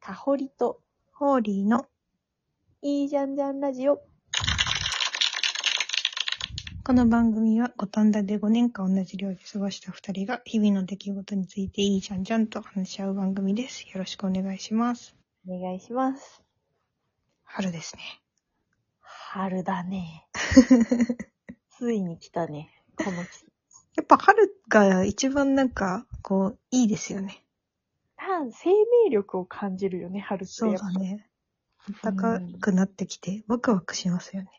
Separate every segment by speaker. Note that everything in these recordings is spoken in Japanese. Speaker 1: さほりと、
Speaker 2: ホーリーの、
Speaker 1: いいじゃんじゃんラジオ。
Speaker 2: この番組は五反田で5年間同じ寮で過ごした2人が日々の出来事についていいじゃんじゃんと話し合う番組です。よろしくお願いします。
Speaker 1: お願いします。
Speaker 2: 春ですね。
Speaker 1: 春だ ね。ついに来たね。この季節。
Speaker 2: やっぱ春が一番なんか、こう、いいですよね。
Speaker 1: なん生命力を感じるよね、春って。
Speaker 2: そうだね。暖かくなってきて、ワクワクしますよね。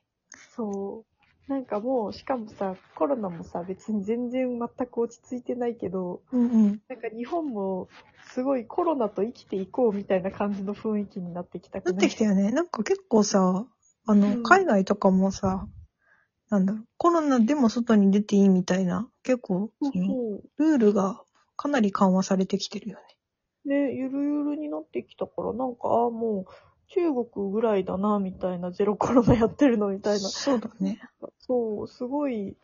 Speaker 1: そう。なんかもう、しかもさ、コロナもさ、別に全然全く落ち着いてないけど、
Speaker 2: うんうん。
Speaker 1: なんか日本も、すごいコロナと生きていこうみたいな感じの雰囲気になってきた
Speaker 2: な
Speaker 1: く
Speaker 2: っ
Speaker 1: ない
Speaker 2: てきたよね。なんか結構さ、あ
Speaker 1: う
Speaker 2: の、
Speaker 1: ん
Speaker 2: 海外とかもさ、なんだろう、コロナでも外に出ていいみたいな、結構、
Speaker 1: そう
Speaker 2: その
Speaker 1: そう。
Speaker 2: ルールがかなり緩和されてきてるよね。
Speaker 1: ね、ゆるゆるになってきたから、なんか、ああ、もう、中国ぐらいだな、みたいな、ゼロコロナやってるの、みたいな。
Speaker 2: そうだね。
Speaker 1: そう、すごい、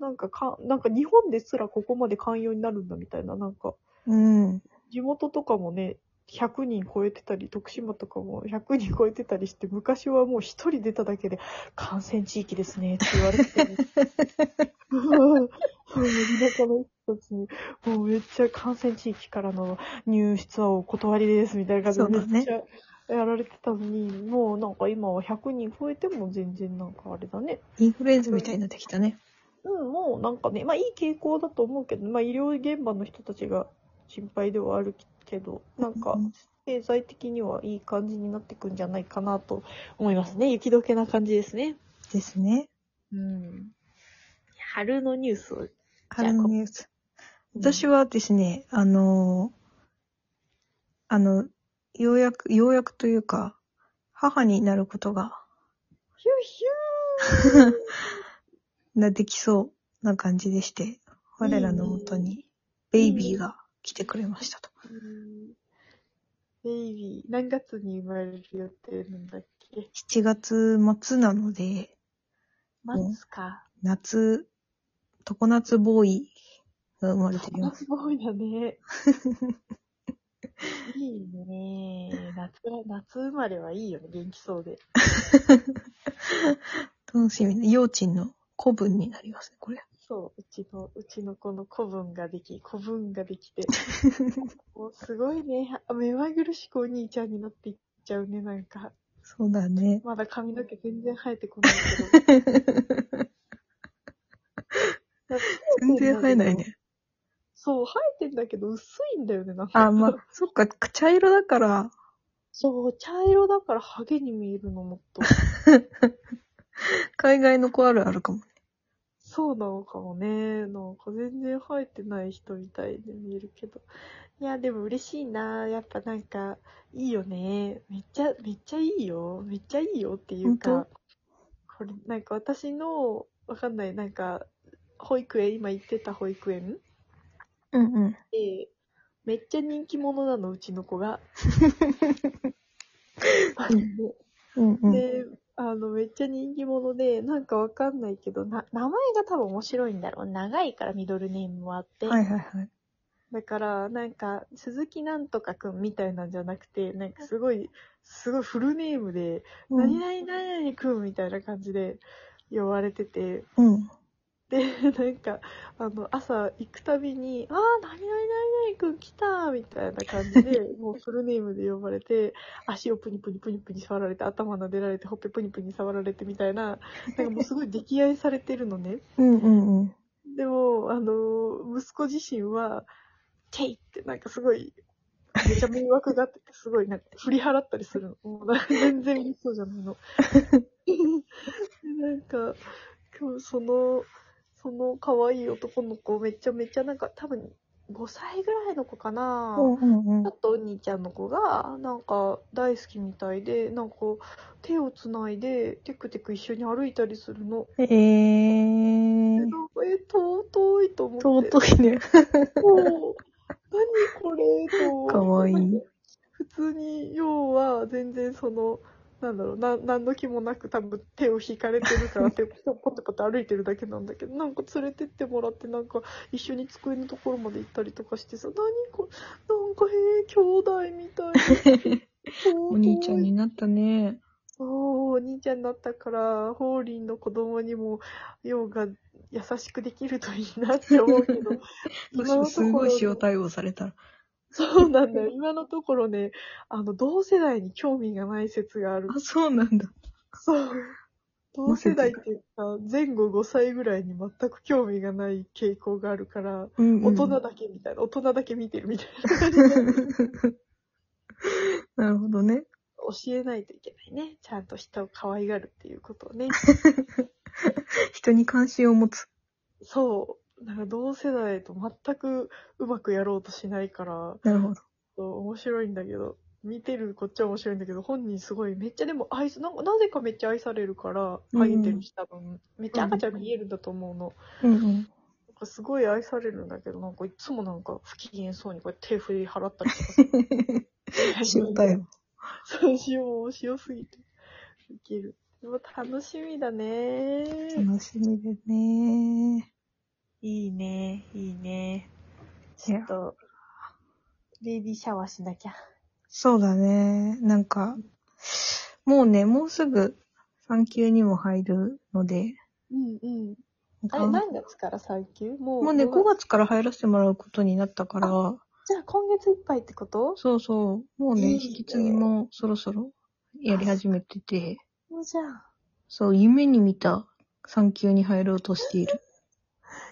Speaker 1: なんかか、なんか日本ですらここまで寛容になるんだ、みたいな。なんか、
Speaker 2: うん。
Speaker 1: 地元とかもね、100人超えてたり、徳島とかも100人超えてたりして、昔はもう一人出ただけで、感染地域ですね、って言われてたり。うんそう、田舎の人たちに、もうめっちゃ感染地域からの入出はお断りです、みたいな感じ
Speaker 2: そうだ
Speaker 1: で
Speaker 2: ね
Speaker 1: めっちゃやられてたのに、もうなんか今は100人超えても全然なんかあれだね。
Speaker 2: インフルエンザみたいになってきたね。
Speaker 1: うん、もうなんかね、まあいい傾向だと思うけど、まあ医療現場の人たちが心配ではあるけど、なんか
Speaker 2: うん
Speaker 1: 経済的にはいい感じになってくんじゃないかなと思いますね。雪解けな感じですね。
Speaker 2: ですね。
Speaker 1: うん。春のニュースを。
Speaker 2: 春のニュース。私
Speaker 1: は、
Speaker 2: はですね、あのーあの、ようやく、ようやくというか、母になることが、
Speaker 1: ヒューヒ
Speaker 2: なできそうな感じでして、我らのもとに、ベイビーが来てくれましたと。
Speaker 1: ューうん。ベイビー、何月に生まれる予定なんだっけ
Speaker 2: 7月末なので、
Speaker 1: 待つか。
Speaker 2: 夏、常夏ボーイが生まれてき
Speaker 1: 夏
Speaker 2: ます。
Speaker 1: すごいだ ね。いいね。夏、夏生まれはいいよね。元気そうで。
Speaker 2: 楽しみね。幼稚の古文になりますね、これ。
Speaker 1: そう、うちの、うちの子の子分ができ、子分ができ て。もうすごいね。あ目まぐるしくお兄ちゃんになっていっちゃうね。なんか、
Speaker 2: そうだ ね。
Speaker 1: まだ髪の毛全然生えてこないけど。
Speaker 2: 全然生えないね。
Speaker 1: そう、生えてんだけど薄いんだよね。なんか
Speaker 2: あ、まあ、そっか、茶色だから、
Speaker 1: そう、茶色だからハゲに見えるのもっと。
Speaker 2: 海外の子あるあるかもね。
Speaker 1: そうなのかもね。なんか全然生えてない人みたいで見えるけど。いや、でも嬉しいな。やっぱなんか、いいよね。めっちゃ、めっちゃいいよ。めっちゃいいよっていう
Speaker 2: 本
Speaker 1: か、これなんか私の、わかんない、なんか、保育園、今行ってた保育園
Speaker 2: うんうん。
Speaker 1: で、めっちゃ人気者なの、うちの子が。
Speaker 2: うんうん。
Speaker 1: で、あの、めっちゃ人気者で、なんかわかんないけど、な、名前が多分面白いんだろう。長いからミドルネームもあって。
Speaker 2: はいはいはい。
Speaker 1: だから、なんか、鈴木なんとかくんみたいなんじゃなくて、なんかすごい、すごいフルネームで、
Speaker 2: う
Speaker 1: 何
Speaker 2: ん。
Speaker 1: 々何々くんみたいな感じで呼ばれてて、
Speaker 2: うん。
Speaker 1: で、 なんか、あの、朝行くたびに、あー、何々何々くん来たーみたいな感じで、もうフルネームで呼ばれて、足をプニプニプニプニ触られて、頭撫でられて、ほっぺプニプニ触られてみたいな、なんかもうすごい溺愛されてるのね。
Speaker 2: うんうんうん。
Speaker 1: でも、あの、息子自身は、ケイってなんかすごい、めちゃ迷惑があってて、すごいなんか振り払ったりするの。もうなんか全然嬉しそうじゃないの。 なんか、今日その、その可愛い男の子めちゃめちゃなんか多分5歳ぐらいの子かな。
Speaker 2: うんうんう
Speaker 1: あ
Speaker 2: ん。
Speaker 1: とお兄ちゃんの子が、なんか大好きみたいで、なんか手をつないで、テクテク一緒に歩いたりするの。
Speaker 2: え
Speaker 1: で
Speaker 2: ー
Speaker 1: なん。かえ、尊いと思って。
Speaker 2: 尊い ね。
Speaker 1: そう。何これと。
Speaker 2: かわいい。
Speaker 1: 普通に、要は、全然その、なんだろう、な、何の気もなく多分手を引かれてるから、手を ポタポタ歩いてるだけなんだけど、なんか連れてってもらって、なんか一緒に机のところまで行ったりとかしてさ、何これ、なんかへえ、兄弟みたいな。
Speaker 2: お兄ちゃんになったね。。
Speaker 1: おーお兄ちゃんになったから、ホーリーの子供にも、ようが優しくできるといいなって思うけど
Speaker 2: もしもすごい
Speaker 1: 今
Speaker 2: 塩
Speaker 1: のところね
Speaker 2: 対応されたら。
Speaker 1: そうなんだよ。 今のところね、あの、同世代に興味がない説がある。
Speaker 2: あ、そうなんだ。
Speaker 1: そう。同世代っていうか、前後5歳ぐらいに全く興味がない傾向があるから、
Speaker 2: うんうん
Speaker 1: 大人だけみたいな、大人だけ見てるみたいな。
Speaker 2: なるほどね。
Speaker 1: 教えないといけないね。ちゃんと人を可愛がるっていうことをね。
Speaker 2: 人に関心を持つ。
Speaker 1: そう。なんか同世代と全くうまくやろうとしないから、
Speaker 2: なるほど。
Speaker 1: そう面白いんだけど、見てるこっちは面白いんだけど、本人すごいめっちゃでも愛す、なんかなぜかめっちゃ愛されるから、
Speaker 2: うん
Speaker 1: ハゲてるし多分、めっちゃ赤ちゃん見えるんだと思うの。
Speaker 2: うんうん。
Speaker 1: なんかすごい愛されるんだけど、なんかいつもなんか不機嫌そうにこうやって手振り払ったりとかする
Speaker 2: 塩対応。
Speaker 1: そう、塩、塩すぎて。ウケる。でも楽しみだね。
Speaker 2: 楽しみですね。
Speaker 1: いいね、いいね。
Speaker 2: い
Speaker 1: ちょ
Speaker 2: や
Speaker 1: っと、ベイビーシャワーしなきゃ。
Speaker 2: そうだね。なんか、もうね、もうすぐ産休にも入るので、
Speaker 1: うんうん。あれ、
Speaker 2: も
Speaker 1: 何月から産休もう。
Speaker 2: うね、5
Speaker 1: 五
Speaker 2: 月から入らせてもらうことになったから、
Speaker 1: じゃあ今月いっぱいってこと
Speaker 2: そうそう、もうね、
Speaker 1: いい
Speaker 2: 引
Speaker 1: ね
Speaker 2: き継ぎもそろそろやり始めてて、
Speaker 1: もうじゃあ。
Speaker 2: そう、夢に見た産休に入ろうとしてい る。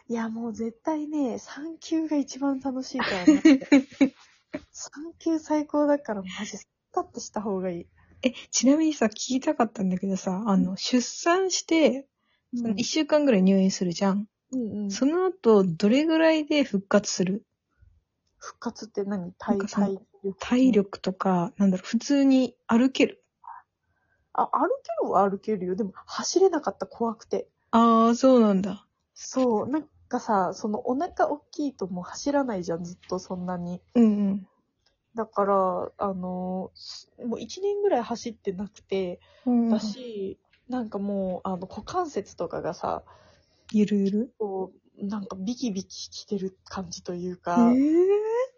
Speaker 1: いや、もう絶対ね、産休が一番楽しいから ね。産休最高だから、マジ、スカッとした方がいい。
Speaker 2: え、ちなみにさ、聞きたかったんだけどさ、あの、出産して、
Speaker 1: う
Speaker 2: 1週間ぐらい入院するじゃん。
Speaker 1: んうん、
Speaker 2: その後、どれぐらいで復活する
Speaker 1: 復活って何体
Speaker 2: なんかその
Speaker 1: 体力
Speaker 2: 体力とか、なんだろう、普通に歩ける。
Speaker 1: あ、歩けるは歩けるよ。でも、走れなかった、怖くて。
Speaker 2: ああ、そうなんだ。
Speaker 1: そう、なんかさ、その、お腹大きいともう走らないじゃん、ずっとそんなに。
Speaker 2: うんうん。
Speaker 1: だから、あの、すもう1年ぐらい走ってなくて、
Speaker 2: うん
Speaker 1: だし、なんかもう、あの、股関節とかがさ、
Speaker 2: ゆるゆる
Speaker 1: こう、なんかビキビキしてる感じという
Speaker 2: え
Speaker 1: か、
Speaker 2: ー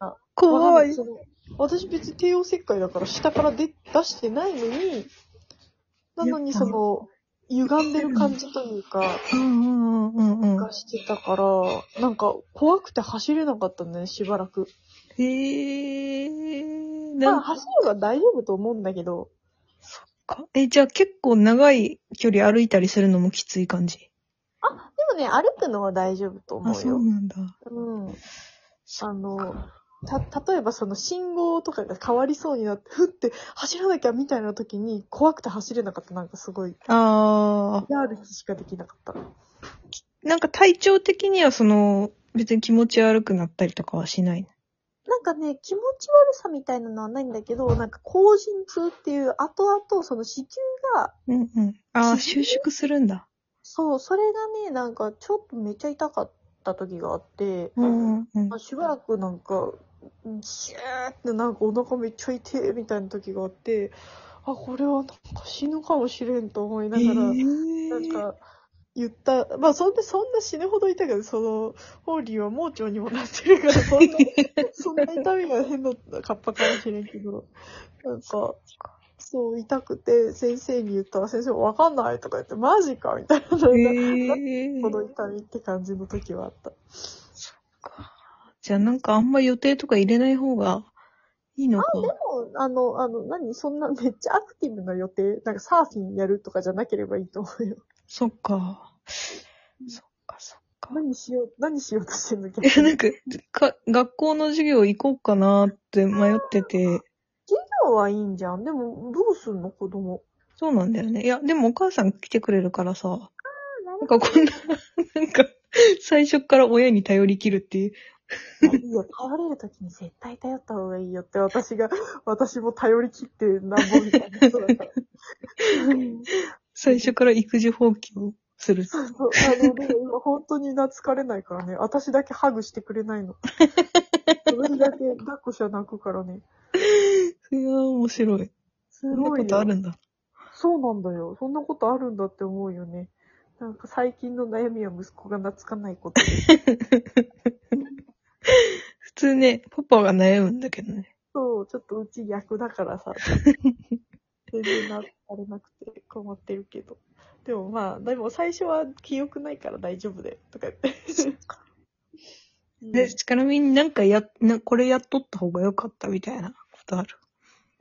Speaker 1: あ、
Speaker 2: 怖い
Speaker 1: わかんな。その私別に帝王切開だから下から出出してないのに、なのにその、歪んでる感じというか、
Speaker 2: うんうんうんうんうん
Speaker 1: が。してたから、なんか怖くて走れなかったね、しばらく。
Speaker 2: えー、
Speaker 1: まあ
Speaker 2: なん
Speaker 1: 走れば大丈夫と思うんだけど、
Speaker 2: か、え、じゃあ結構長い距離歩いたりするのもきつい感じ。
Speaker 1: でもね、歩くのは大丈夫と
Speaker 2: あ、
Speaker 1: 思う
Speaker 2: そ
Speaker 1: よ
Speaker 2: う。なんだ。
Speaker 1: うん。あの、た、例えばその信号とかが変わりそうになって、ふって走らなきゃみたいな時に怖くて走れなかった。なんかすごい、
Speaker 2: あ
Speaker 1: やる気しかできなかった。
Speaker 2: ー、なんか体調的にはその、別に気持ち悪くなったりとかはしない。
Speaker 1: なんかね、気持ち悪さみたいなのはないんだけど、なんか、高陣痛っていう、後々、その子宮が、
Speaker 2: うんうん。あー、
Speaker 1: 自然
Speaker 2: 収縮するんだ。
Speaker 1: そう、それがね、なんか、ちょっとめっちゃ痛かった時があって、
Speaker 2: うんうんうん
Speaker 1: まあ、。しばらくなんか、シューってなんかお腹めっちゃ痛いみたいな時があって、あ、これはなんか死ぬかもしれんと思いながら、
Speaker 2: えー
Speaker 1: なんか、言った、まあそんな、そんな死ぬほど痛いけど、その、ホーリーは盲腸にもなって るから、そんな、そんな痛みが変なカッパかもしれんけど、なんか、そう、痛くて、先生に言ったら、先生わかんないとか言って、マジかみたいな、
Speaker 2: え
Speaker 1: この
Speaker 2: ー、
Speaker 1: 痛みって感じの時はあった。
Speaker 2: じゃあなんかあんま予定とか入れない方がいいのか。
Speaker 1: でも、あの、あの、何そんなめっちゃアクティブな予定、なんかサーフィンやるとかじゃなければいいと思う よ。
Speaker 2: そっか。そっかそっか。
Speaker 1: 何しよう、何しようと してんの逆
Speaker 2: え、な
Speaker 1: に
Speaker 2: んか、か、学校の授業行こうかなって迷ってて、
Speaker 1: 授業はいいんじゃん。でも、どうすんの子供。
Speaker 2: そうなんだよね。いや、でもお母さん来てくれるからさ、なんかこんな、なんか、最初から親に頼り切るっていう。
Speaker 1: いや、頼れるときに絶対頼った方がいいよって私が、私も頼り切ってなんぼみたいな人だから。
Speaker 2: 最初から育児放棄をする。
Speaker 1: そうそう。あの、でも今本当に懐かれないからね。私だけハグしてくれ ないの。私だけ抱っこしゃ泣くからね。
Speaker 2: いやー、面白い。
Speaker 1: す
Speaker 2: そんな
Speaker 1: ご
Speaker 2: こ
Speaker 1: い
Speaker 2: とあ
Speaker 1: よ。
Speaker 2: るんだ。
Speaker 1: そうなんだよ。そんなことあるんだって思うよね。なんか最近の悩みは息子が懐かないこと。
Speaker 2: 普通ね、パパが悩むんだけどね。
Speaker 1: そう、ちょっとうち逆だから さ。全然な、あれなくて困ってるけど。でもまあ、でも最初は記憶ないから大丈夫だよ、とか言って。うん
Speaker 2: で、ちなみになんかや、な、これやっとった方が良かったみたいなことある。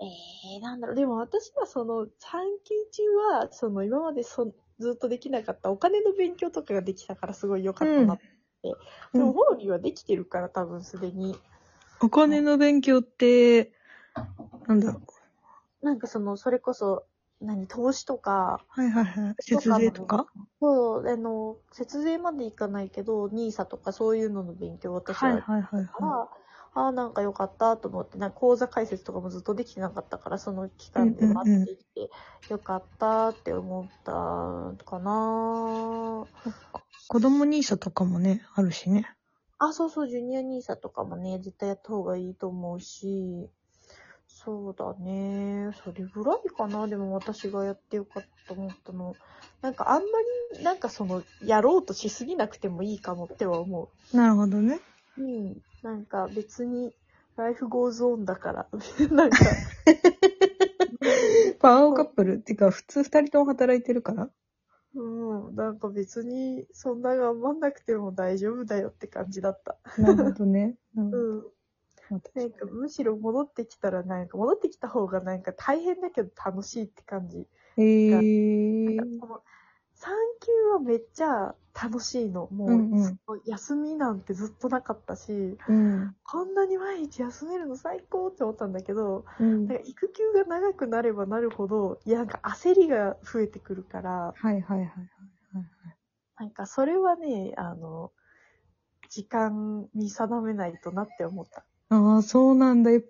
Speaker 1: ええなんだろう。でも私はその、産休中は、その、今までそずっとできなかったお金の勉強とかができたからすごい良かったな。
Speaker 2: うん
Speaker 1: でも、ホーリーはできてるから多分すでに。
Speaker 2: お金の勉強って、なんだろう。
Speaker 1: なんかその、それこそ、何、投資とか、
Speaker 2: はいはいはい。節税とか
Speaker 1: そう、あの、節税までいかないけど、ニーサとかそういうのの勉強を私は
Speaker 2: はい
Speaker 1: やったか
Speaker 2: はいはい
Speaker 1: ら、
Speaker 2: は
Speaker 1: ああ、なんか良かったと思って、なんか講座解説とかもずっとできてなかったから、その期間で待っていて、良かったって思ったかな。
Speaker 2: い。子供ニーサとかもね、あるしね。
Speaker 1: あ、そうそう、ジュニアニーサとかもね、絶対やった方がいいと思うし、そうだね。それぐらいかな。でも私がやってよかったと思ったの。なんかあんまり、なんかその、やろうとしすぎなくてもいいかもっては思
Speaker 2: なるほどね。
Speaker 1: う。うん。なんか別に、ライフゴーズオンだから。 なんか、
Speaker 2: パワーカップルっていうか、普通二人とも働いてるから。
Speaker 1: うん。なんか別に、そんな頑張んなくても大丈夫だよって感じだった。
Speaker 2: なるほど ね。うん
Speaker 1: うん。なんかむしろ戻ってきたらなんか、戻ってきた方がなんか大変だけど楽しいって感じ。
Speaker 2: えー。
Speaker 1: なんかこの産休はめっちゃ楽しいの。もう、
Speaker 2: うんうん
Speaker 1: 休みなんてずっとなかったし、
Speaker 2: うん。
Speaker 1: こんなに毎日休めるの最高って思ったんだけど、
Speaker 2: うん。
Speaker 1: なんか育休が長くなればなるほど、いや、なんか焦りが増えてくるから、
Speaker 2: はいはいはい。
Speaker 1: なんかそれはね、あの、時間に定めないとなって思った。
Speaker 2: ああ、そうなんだ。やっぱ